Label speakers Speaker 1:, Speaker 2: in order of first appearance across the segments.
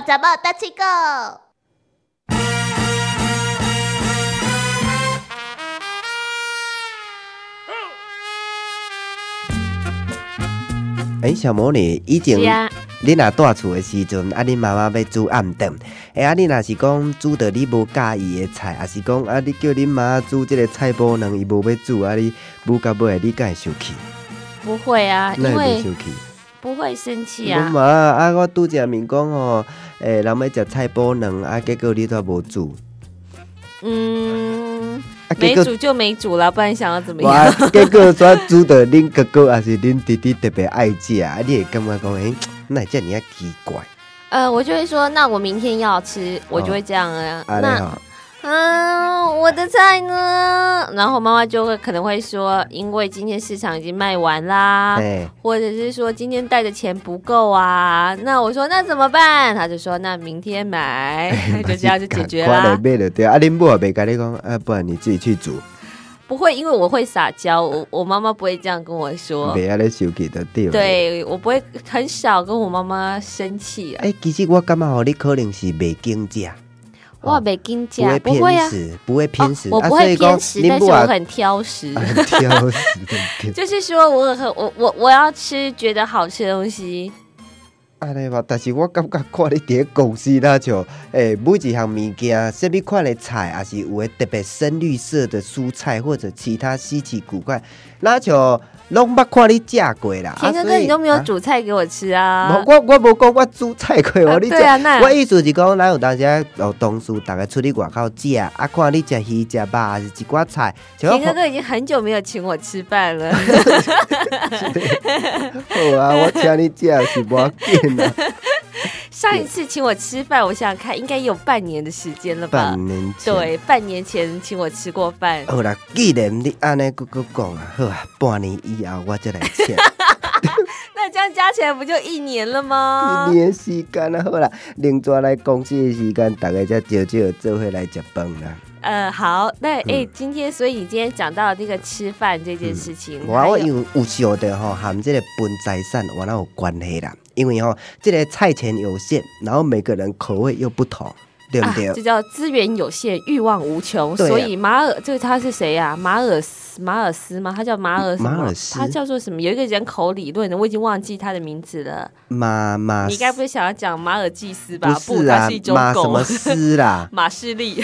Speaker 1: 怎么大七个？
Speaker 2: 诶，哎小魔女，以前
Speaker 3: 是啊，
Speaker 2: 你若住厝的时阵，啊，恁妈妈要煮暗顿，诶，啊，你若是讲煮到你无介意的菜，啊是讲啊，你叫恁妈煮即个菜脯卵，伊无要煮，啊，你煮到尾，你敢会生气？
Speaker 3: 不会啊，因
Speaker 2: 那会
Speaker 3: 为
Speaker 2: 生气？
Speaker 3: 不会生气
Speaker 2: 阮
Speaker 3: 啊。
Speaker 2: 妈啊，我拄则面讲吼，诶、人要食菜脯卵，啊，结果你都无煮，
Speaker 3: 嗯，
Speaker 2: 啊，
Speaker 3: 没
Speaker 2: 结果
Speaker 3: 煮就没煮了，不然想要怎么
Speaker 2: 我
Speaker 3: 样？
Speaker 2: 结果煞煮到恁哥哥还是恁弟弟特别爱食，啊，你会感觉讲，诶、那遮尔啊奇怪，
Speaker 3: 呃，我就会说，那我明天要吃，我就会这样啊。
Speaker 2: 啊，你
Speaker 3: 那
Speaker 2: 吼，
Speaker 3: 啊，我的菜呢？然后妈妈就会可能会说，因为今天市场已经卖完啦。
Speaker 2: 诶、
Speaker 3: 或者是说今天带的钱不够啊，那我说那怎么办？他就说那明天买，就这样就解决
Speaker 2: 嗯赶快
Speaker 3: 啦
Speaker 2: 就。买就对，啊，恁母也袂甲你讲，啊，不然你自己去煮，
Speaker 3: 不会，因为我会撒娇，我我妈妈不会这样跟我说。
Speaker 2: 袂安尼生气就对了。
Speaker 3: 哦对我不会很少跟我妈妈生气啊，
Speaker 2: 诶、哎其实我感觉吼，你可能是袂经济，
Speaker 3: 我没跟
Speaker 2: 哦不
Speaker 3: 讲
Speaker 2: 会，
Speaker 3: 不会啊
Speaker 2: 偏，食，不会偏食，
Speaker 3: 哦我
Speaker 2: 啊
Speaker 3: 不
Speaker 2: 所以
Speaker 3: 会
Speaker 2: 讲
Speaker 3: 偏食，但是
Speaker 2: 恁母
Speaker 3: 我
Speaker 2: 也
Speaker 3: 很挑食。
Speaker 2: 很 挑食， 对不对？
Speaker 3: 就是说我很我我我要吃觉得好吃的东西，
Speaker 2: 安尼吧，但是我感觉看你伫咧公司那像，诶、每一项物件，什物款的菜，也是有诶特别深绿色的蔬菜或者其他稀奇古怪，那像拢捌看你食过啦。
Speaker 3: 田哥
Speaker 2: 啊所
Speaker 3: 哥
Speaker 2: 以
Speaker 3: 你都没有
Speaker 2: 啊
Speaker 3: 煮菜给我吃啊
Speaker 2: 无，。我我无讲我煮菜过，我
Speaker 3: 啊
Speaker 2: 你
Speaker 3: 对啊那
Speaker 2: 我意思是讲，咱有当时啊，有同事逐个出去外口食，啊，看你食鱼、食肉，还是一寡菜，像
Speaker 3: 田
Speaker 2: 我
Speaker 3: 哥哥已经很久没有请我吃饭 了，
Speaker 2: 好啊，我请你食是无要紧啊，
Speaker 3: 上一次请我吃饭，我想想看，应该有半年的时间了吧？
Speaker 2: 半年前。
Speaker 3: 对，半年前请我吃过饭。
Speaker 2: 好啦，既然你安尼佫佫讲啊，好啊，半年以后我再来 请。
Speaker 3: 那这样加起来不就一年了吗
Speaker 2: 一？年的时间啊，好啦，另抓来公司的时间，大家才少少做伙来食饭啦。
Speaker 3: 呃，好，那哎、
Speaker 2: 嗯
Speaker 3: 今天所以你今天讲到那个吃饭这件事情，还
Speaker 2: 我我有有想到吼，含这个分财产我那有关系啦，因为吼，这个菜钱有限，然后每个人口味又不同，对不
Speaker 3: 啊
Speaker 2: 对？，
Speaker 3: 这叫资源有限，欲望无穷。
Speaker 2: 对啊
Speaker 3: 所以马尔这个他是谁呀、马尔斯马尔斯吗？他叫马尔什么
Speaker 2: 马尔斯
Speaker 3: 他叫做什么？有一个人口理论的，我已经忘记他的名字了。
Speaker 2: 马马
Speaker 3: 你该不会想要讲马尔济斯吧？
Speaker 2: 不是
Speaker 3: 他
Speaker 2: 啊
Speaker 3: 是一，种
Speaker 2: 马什
Speaker 3: 狗，
Speaker 2: 么。斯啦
Speaker 3: 马士利，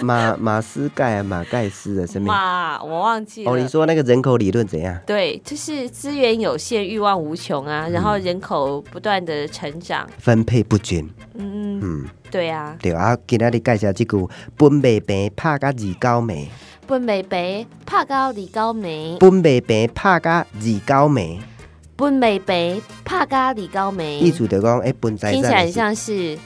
Speaker 2: 马马斯盖啊，马盖斯啊，什么？
Speaker 3: 马，啊我忘记了。
Speaker 2: 哦，你说那个人口理论怎样？
Speaker 3: 对，就是资源有限，欲望无穷啊，然
Speaker 2: 嗯
Speaker 3: 后人口不断的成长，
Speaker 2: 分配不均，
Speaker 3: 嗯，
Speaker 2: 嗯，
Speaker 3: 对啊，
Speaker 2: 对啊。今仔日介绍这句“本未平，拍甲二高眉；
Speaker 3: 嗯本美白怕高李高梅，
Speaker 2: 本未平，拍甲二高眉”，
Speaker 3: 嗯本美白怕高李高梅，
Speaker 2: 意思就讲，哎，本在
Speaker 3: 听起来很像是，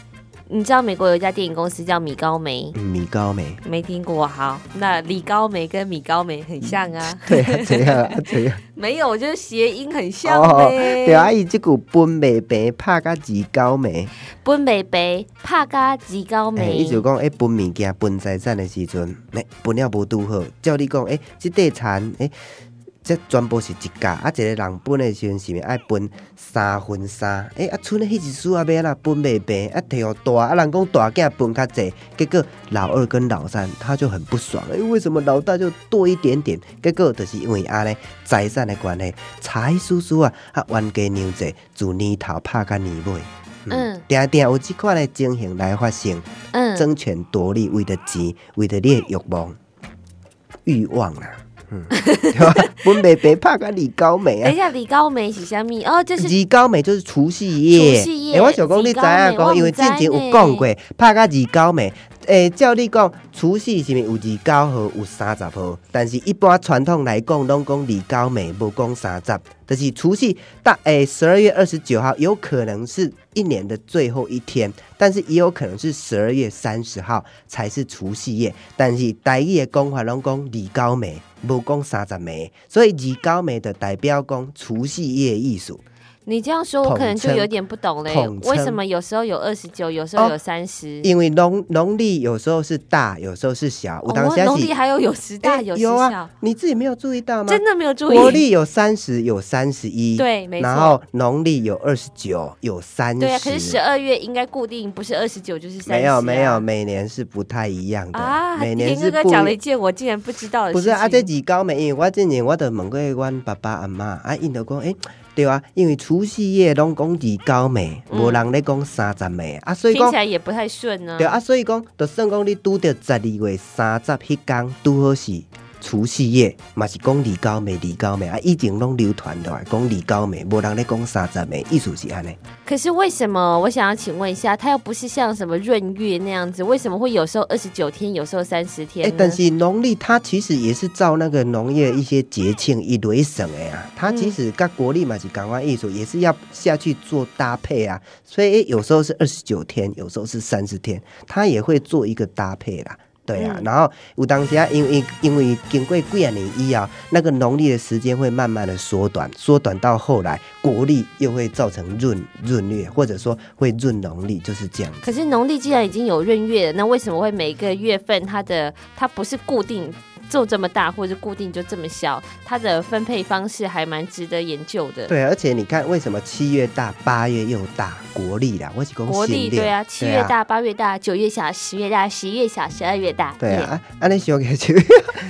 Speaker 3: 你知道美国有一家电影公司叫米高梅，
Speaker 2: 米高眉。
Speaker 3: 没听过，好，那李高梅跟米高梅很像啊，
Speaker 2: 对啊，怎样啊？怎样？
Speaker 3: 没有，我就是谐音很像呗，
Speaker 2: 对啊，伊即句本未平，拍甲二高眉，
Speaker 3: 本美白怕高李高
Speaker 2: 哎，
Speaker 3: 梅
Speaker 2: 意，思讲，哎，分物件、分财产的时阵，哎，分了无拄好，照你讲，哎，即块田，哎。这全部是一家，啊，一个人分的时阵是毋是爱分三分三？诶、啊，剩的迄一丝啊，要安怎分袂平？啊，摕互大，啊，人讲大囝分较济，结果老二跟老三他就很不爽，诶、为什么老大就多一点点？结果就是因为安尼财产的关系，差一丝丝啊，啊，冤家娘济，自年头拍到年尾，
Speaker 3: 嗯，
Speaker 2: 定定有即款的情形来发生。
Speaker 3: 嗯。
Speaker 2: 争权夺利，为着钱，为着你的欲望、欲望啦、嗯，对吧？本袂白拍甲二高美
Speaker 3: 等
Speaker 2: 啊
Speaker 3: 一，下，李高梅是虾米？哦，就是
Speaker 2: 二高美就是除夕夜。
Speaker 3: 除夕夜
Speaker 2: 诶我想讲你知影
Speaker 3: 二高
Speaker 2: 讲，
Speaker 3: 美
Speaker 2: 因为之前有讲过，拍甲二高美。诶、照你讲，除夕是毋是有二九号、有三十号？但是一般传统来讲，拢讲二九美，无讲三十。就是除夕大诶，十、二月二十九号有可能是一年的最后一天，但是也有可能是十二月三十号才是除夕夜。但是台语的讲法拢讲二九美，无讲三十暝，所以二九暝就代表讲除夕夜的意思。
Speaker 3: 你这样说，我可能就有点不懂嘞
Speaker 2: 统。称哦
Speaker 3: 为什么有时候有二十九，有时候有三十、
Speaker 2: 因为农农历有时候是大，有时候是小，有当
Speaker 3: 哦
Speaker 2: 时是
Speaker 3: 农历还有有时大、
Speaker 2: 哎
Speaker 3: 有时
Speaker 2: 有
Speaker 3: 小，
Speaker 2: 啊，你自己没有注意到吗？
Speaker 3: 真的没有注
Speaker 2: 国
Speaker 3: 意。
Speaker 2: 历有三十，有三十一，
Speaker 3: 对没错
Speaker 2: 然后农历有二十九，有三十。
Speaker 3: 对啊，可是十二月应该固定，不是二十九就是三十、啊。
Speaker 2: 没有没有，每年是不太一样的，
Speaker 3: 啊！
Speaker 2: 每年
Speaker 3: 田
Speaker 2: 是
Speaker 3: 哥
Speaker 2: 不
Speaker 3: 哥
Speaker 2: 一
Speaker 3: 讲了一件我竟然不知道的事
Speaker 2: 不
Speaker 3: 情。
Speaker 2: 是啊，这几高美，因为我之前我都问过阮爸爸阿嬷，啊，因都讲，诶、对啊，因为除夕夜拢讲二高美，
Speaker 3: 嗯
Speaker 2: 无、人咧讲三十美，啊，所以
Speaker 3: 听
Speaker 2: 讲
Speaker 3: 起。来也不太顺呢、
Speaker 2: 对啊，所以讲，就算讲你拄着十二月三十迄天，拄好是除夕夜，嘛是讲二高美，二高美啊，以前拢流传落来讲二高美，无人咧讲三十美，意思是安尼。
Speaker 3: 可是为什么？我想要请问一下，它又不是像什么闰月那样子，为什么会有时候二十九天，有时候三十天
Speaker 2: 哎、
Speaker 3: 呢？
Speaker 2: 但是农历它其实也是照那个农业一些节庆一类省的
Speaker 3: 嗯
Speaker 2: 啊，它其实跟国历嘛是港湾艺术也是要下去做搭配啊，所以、欸有时候是二十九天，有时候是三十天，它也会做一个搭配啦。对啊，
Speaker 3: 嗯
Speaker 2: 然后有当时啊，因为因为经过几啊年以后，那个农历的时间会慢慢的缩短，缩短到后来国历又会造成闰闰月，或者说会闰农历，就是这样子。
Speaker 3: 可是农历既然已经有闰月了，那为什么会每一个月份它的它不是固定就这么大，或者固定就这么小？它的分配方式还蛮值得研究的。
Speaker 2: 对，而且你看，为什么七月大，八月又大？国历啦，我是讲
Speaker 3: 国历
Speaker 2: 新历
Speaker 3: 对啊，七月。大、八月大、九月小、十月大、十一月小、十二月大，
Speaker 2: 对啊，对
Speaker 3: 耶
Speaker 2: 啊，安尼小个 就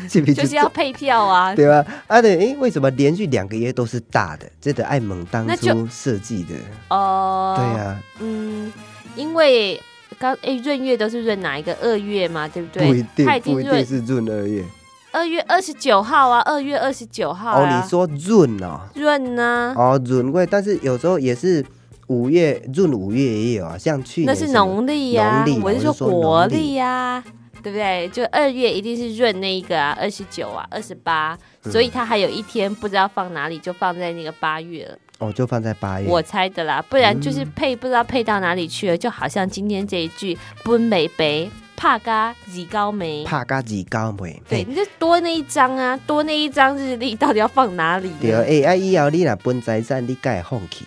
Speaker 2: 是不是
Speaker 3: 就是要配票啊。
Speaker 2: 对吧？啊对，诶，为什么连续两个月都是大的？这得艾蒙当
Speaker 3: 那就
Speaker 2: 初设计的。
Speaker 3: 哦、
Speaker 2: 对啊，
Speaker 3: 嗯，因为刚哎闰月都是闰哪一个二月嘛，对不对？
Speaker 2: 不一定
Speaker 3: 他已，经
Speaker 2: 不一定
Speaker 3: 闰
Speaker 2: 是闰二月。
Speaker 3: 二月二十九号啊，二月二十九号
Speaker 2: 哦，
Speaker 3: 啊
Speaker 2: 你，说闰哦，
Speaker 3: 闰呢、
Speaker 2: 哦闰贵，但是有时候也是五月闰五月也有啊，像去
Speaker 3: 那
Speaker 2: 年
Speaker 3: 是
Speaker 2: 什么
Speaker 3: 农历呀、
Speaker 2: 农历啊
Speaker 3: 我是说
Speaker 2: 我是说农历
Speaker 3: 国历呀、对不对？就二月一定是闰那一个啊，二十九啊，二十八，
Speaker 2: 嗯
Speaker 3: 所以它还有一天不知道放哪里，就放在那个八月了。
Speaker 2: 哦，就放在八月。
Speaker 3: 我猜的啦，不然
Speaker 2: 嗯
Speaker 3: 就是配不知道配到哪里去了，就好像今天这一句“奔美北怕嘎几高梅”，
Speaker 2: 怕嘎几高梅。
Speaker 3: 对，你就多那一张啊，多那一张日历到底要放哪里呢？
Speaker 2: 对， 诶，啊以后你若分财产，你该放弃。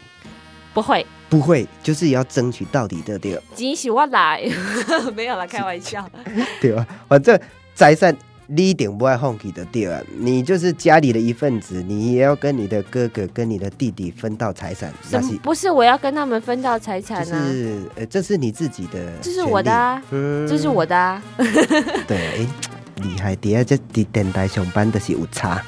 Speaker 3: 不会，
Speaker 2: 不会，就是要争取到底的，对吧
Speaker 3: 惊喜我来， 没有啦，开玩笑。
Speaker 2: 对吧？反正财产你一定不爱放弃的，对吧？你就是家里的一份子，你也要跟你的哥哥、跟你的弟弟分到财产，
Speaker 3: 什
Speaker 2: 那
Speaker 3: 么
Speaker 2: 是？
Speaker 3: 不是我要跟他们分到财
Speaker 2: 就
Speaker 3: 产啊？
Speaker 2: 是呃，这是你自己的，
Speaker 3: 这是我的、，啊，
Speaker 2: 嗯
Speaker 3: 这是我的啊。
Speaker 2: 对，哎，厉害！底下这伫电台上班的是有差，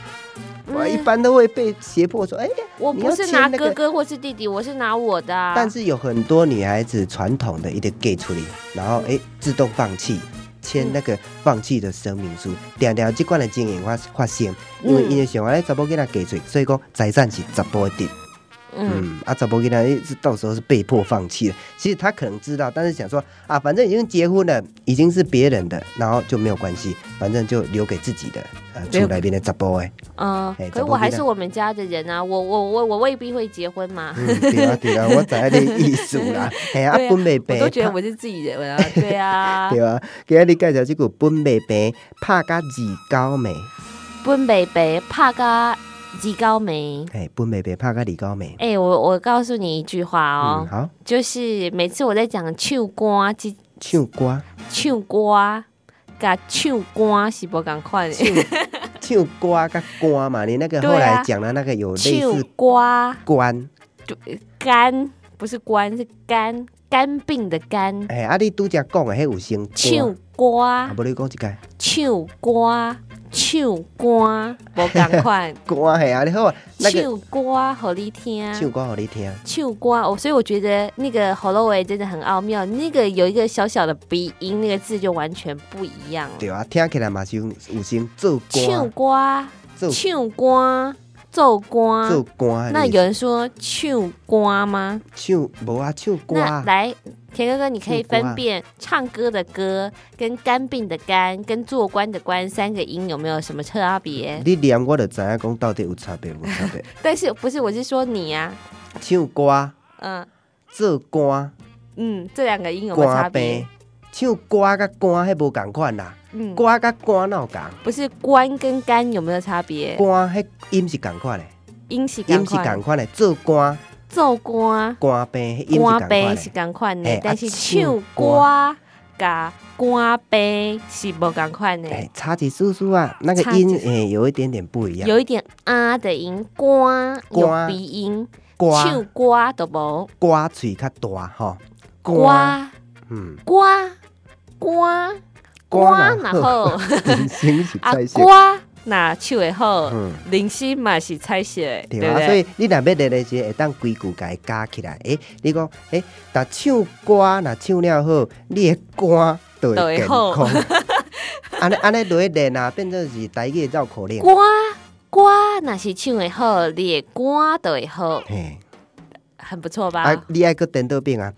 Speaker 2: 我一
Speaker 3: 嗯
Speaker 2: 般都会被胁迫说，哎，
Speaker 3: 我
Speaker 2: 你
Speaker 3: 不
Speaker 2: 要
Speaker 3: 是
Speaker 2: 签
Speaker 3: 拿
Speaker 2: 那
Speaker 3: 哥
Speaker 2: 个
Speaker 3: 哥或是弟弟，我是拿我的啊。
Speaker 2: 但是有很多女孩子传统的一个 gay 处理，然后诶自动放弃，签那个放弃的声明书，条条即款的经验发发生，因为
Speaker 3: 嗯
Speaker 2: 因为想话咧查某囡仔嫁出，所以讲财产是查甫的，
Speaker 3: 嗯，
Speaker 2: 嗯，啊查某囡仔诶是到时候是被迫放弃的。其实他可能知道，但是想说啊，反正已经结婚了，已经是别人的，然后就没有关系，反正就留给自己的呃
Speaker 3: 留
Speaker 2: 厝内边的查甫诶，
Speaker 3: 嗯可
Speaker 2: 哎，
Speaker 3: 是
Speaker 2: 怎么
Speaker 3: 我还
Speaker 2: 会呢
Speaker 3: 是我们家的人啊，我我我我未必会结婚嘛，
Speaker 2: 嗯，对啊对啊，我知影你意思啦，嘿啊，
Speaker 3: 对啊
Speaker 2: 分袂
Speaker 3: 我
Speaker 2: 白，
Speaker 3: 都觉得我是自己人啊，对啊
Speaker 2: 对，啊，今日你介绍这句本袂平，拍甲二高眉，
Speaker 3: 奔北北怕嘎几高梅。
Speaker 2: 哎，本袂平，拍甲二高眉。
Speaker 3: 哎、我我告诉你一句话哦
Speaker 2: 嗯，，好，
Speaker 3: 就是每次我在讲唱歌，啊这
Speaker 2: 唱 歌，
Speaker 3: 唱歌啊甲唱歌是无共款的，
Speaker 2: 唱歌甲歌嘛，你那个
Speaker 3: 对啊
Speaker 2: 后来讲的那个有类
Speaker 3: 唱
Speaker 2: 似
Speaker 3: 歌
Speaker 2: 关，
Speaker 3: 肝不是关是肝肝病的肝，
Speaker 2: 哎，啊，你拄则讲的迄有声
Speaker 3: 唱
Speaker 2: 歌，啊，
Speaker 3: 歌
Speaker 2: 无你讲一个
Speaker 3: 唱歌啊唱歌啊无共款，
Speaker 2: 歌，嘿啊，你好， 那个
Speaker 3: 唱歌啊互你听。
Speaker 2: 唱歌互你听，
Speaker 3: 唱歌哦，所以我觉得那个 Holloway 真的很奥妙，那个有一个小小的鼻音，那个字就完全不一样了。
Speaker 2: 对啊，听起来嘛是有有声做
Speaker 3: 唱
Speaker 2: 歌，啊
Speaker 3: 歌，
Speaker 2: 做
Speaker 3: 唱歌，奏
Speaker 2: 做
Speaker 3: 歌。
Speaker 2: 歌，啊
Speaker 3: 那有人说唱歌吗？
Speaker 2: 唱无啊，唱歌
Speaker 3: 那
Speaker 2: 啊，
Speaker 3: 来，田哥哥，你可以
Speaker 2: 唱歌
Speaker 3: 分辨唱歌的歌跟肝病的肝跟做官的官三个音有没有什么差别？
Speaker 2: 你念我就知影讲到底有差别无差 别，
Speaker 3: 但是不是我是说你啊？
Speaker 2: 唱歌，
Speaker 3: 嗯
Speaker 2: 做歌。
Speaker 3: 嗯，这两个音有没有差
Speaker 2: 歌
Speaker 3: 别
Speaker 2: 病？，唱歌甲歌迄无共款啦，
Speaker 3: 嗯，
Speaker 2: 歌甲歌哪有共？
Speaker 3: 不是官跟肝有没有差别？
Speaker 2: 歌迄音是共款的，
Speaker 3: 音是
Speaker 2: 音
Speaker 3: 赶
Speaker 2: 是
Speaker 3: 快。
Speaker 2: 共款的，做歌
Speaker 3: 奏歌、
Speaker 2: 歌杯，音
Speaker 3: 歌
Speaker 2: 是共
Speaker 3: 杯
Speaker 2: 款
Speaker 3: 是
Speaker 2: 的。
Speaker 3: 共款
Speaker 2: 嘿
Speaker 3: 的
Speaker 2: 啊，
Speaker 3: 但是
Speaker 2: 唱
Speaker 3: 唱歌甲歌杯是无共款的，
Speaker 2: 哎，差几叔叔啊，那个
Speaker 3: 差
Speaker 2: 音
Speaker 3: 几
Speaker 2: 哎有一点点不一样。
Speaker 3: 有一点啊的音，歌
Speaker 2: 歌
Speaker 3: 有鼻音，唱
Speaker 2: 歌
Speaker 3: 歌都无，
Speaker 2: 歌嘴较大吼，歌
Speaker 3: 歌
Speaker 2: 嗯，
Speaker 3: 歌歌
Speaker 2: 歌
Speaker 3: 歌，
Speaker 2: 若
Speaker 3: 然后
Speaker 2: 人生是
Speaker 3: 啊
Speaker 2: 彩色。
Speaker 3: 歌那唱的好
Speaker 2: 嗯，
Speaker 3: 零星嘛是彩色的，对
Speaker 2: 对啊，
Speaker 3: 不
Speaker 2: 所
Speaker 3: 对？
Speaker 2: 以你若要练的时候，会当规矩家加起来。诶、你讲诶，若唱歌若唱了好，你的歌就
Speaker 3: 就
Speaker 2: 会
Speaker 3: 会
Speaker 2: 健
Speaker 3: 好
Speaker 2: 康。 安尼安尼就会练啊，变做是台语的绕 口令。
Speaker 3: 歌歌若是唱的好，你的歌都会好，
Speaker 2: 嘿，
Speaker 3: 很不错吧？
Speaker 2: 啊，你爱个颠倒变啊，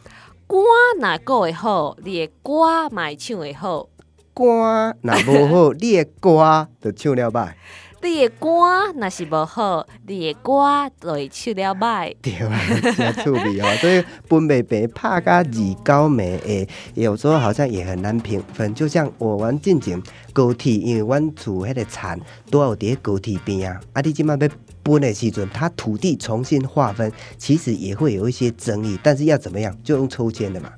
Speaker 3: 歌若个会好，你的歌嘛会唱会好，
Speaker 2: 歌若无好，你的歌就唱了歹。
Speaker 3: 你的歌若是无好，你的歌就会唱了歹。
Speaker 2: 对啊，真趣味哦。所以分贝贝拍甲二高梅诶，有时候好像也很难评分。就像我玩进前高铁，因为阮厝迄个田拄好有伫高铁边啊，啊你即摆要分的时阵，它土地重新划分，其实也会有一些争议。但是要怎么样，就用抽签的嘛。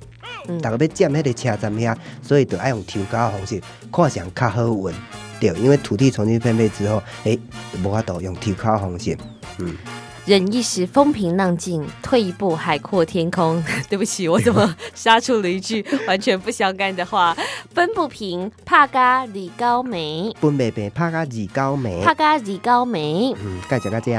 Speaker 3: 嗯
Speaker 2: 大家要占迄个车站遐，所以就爱用抽卡的方式，看谁较好运。对，因为土地重新分配之后，诶、无法度用抽卡的方式。嗯，
Speaker 3: 忍一时风平浪静，退一步海阔天空。 对不起，我怎么杀出了一句完全不相干的话？分不平，怕嘎李高梅，
Speaker 2: 分贝贝拍甲二高梅。
Speaker 3: 怕嘎李高梅。
Speaker 2: 嗯，介绍到这。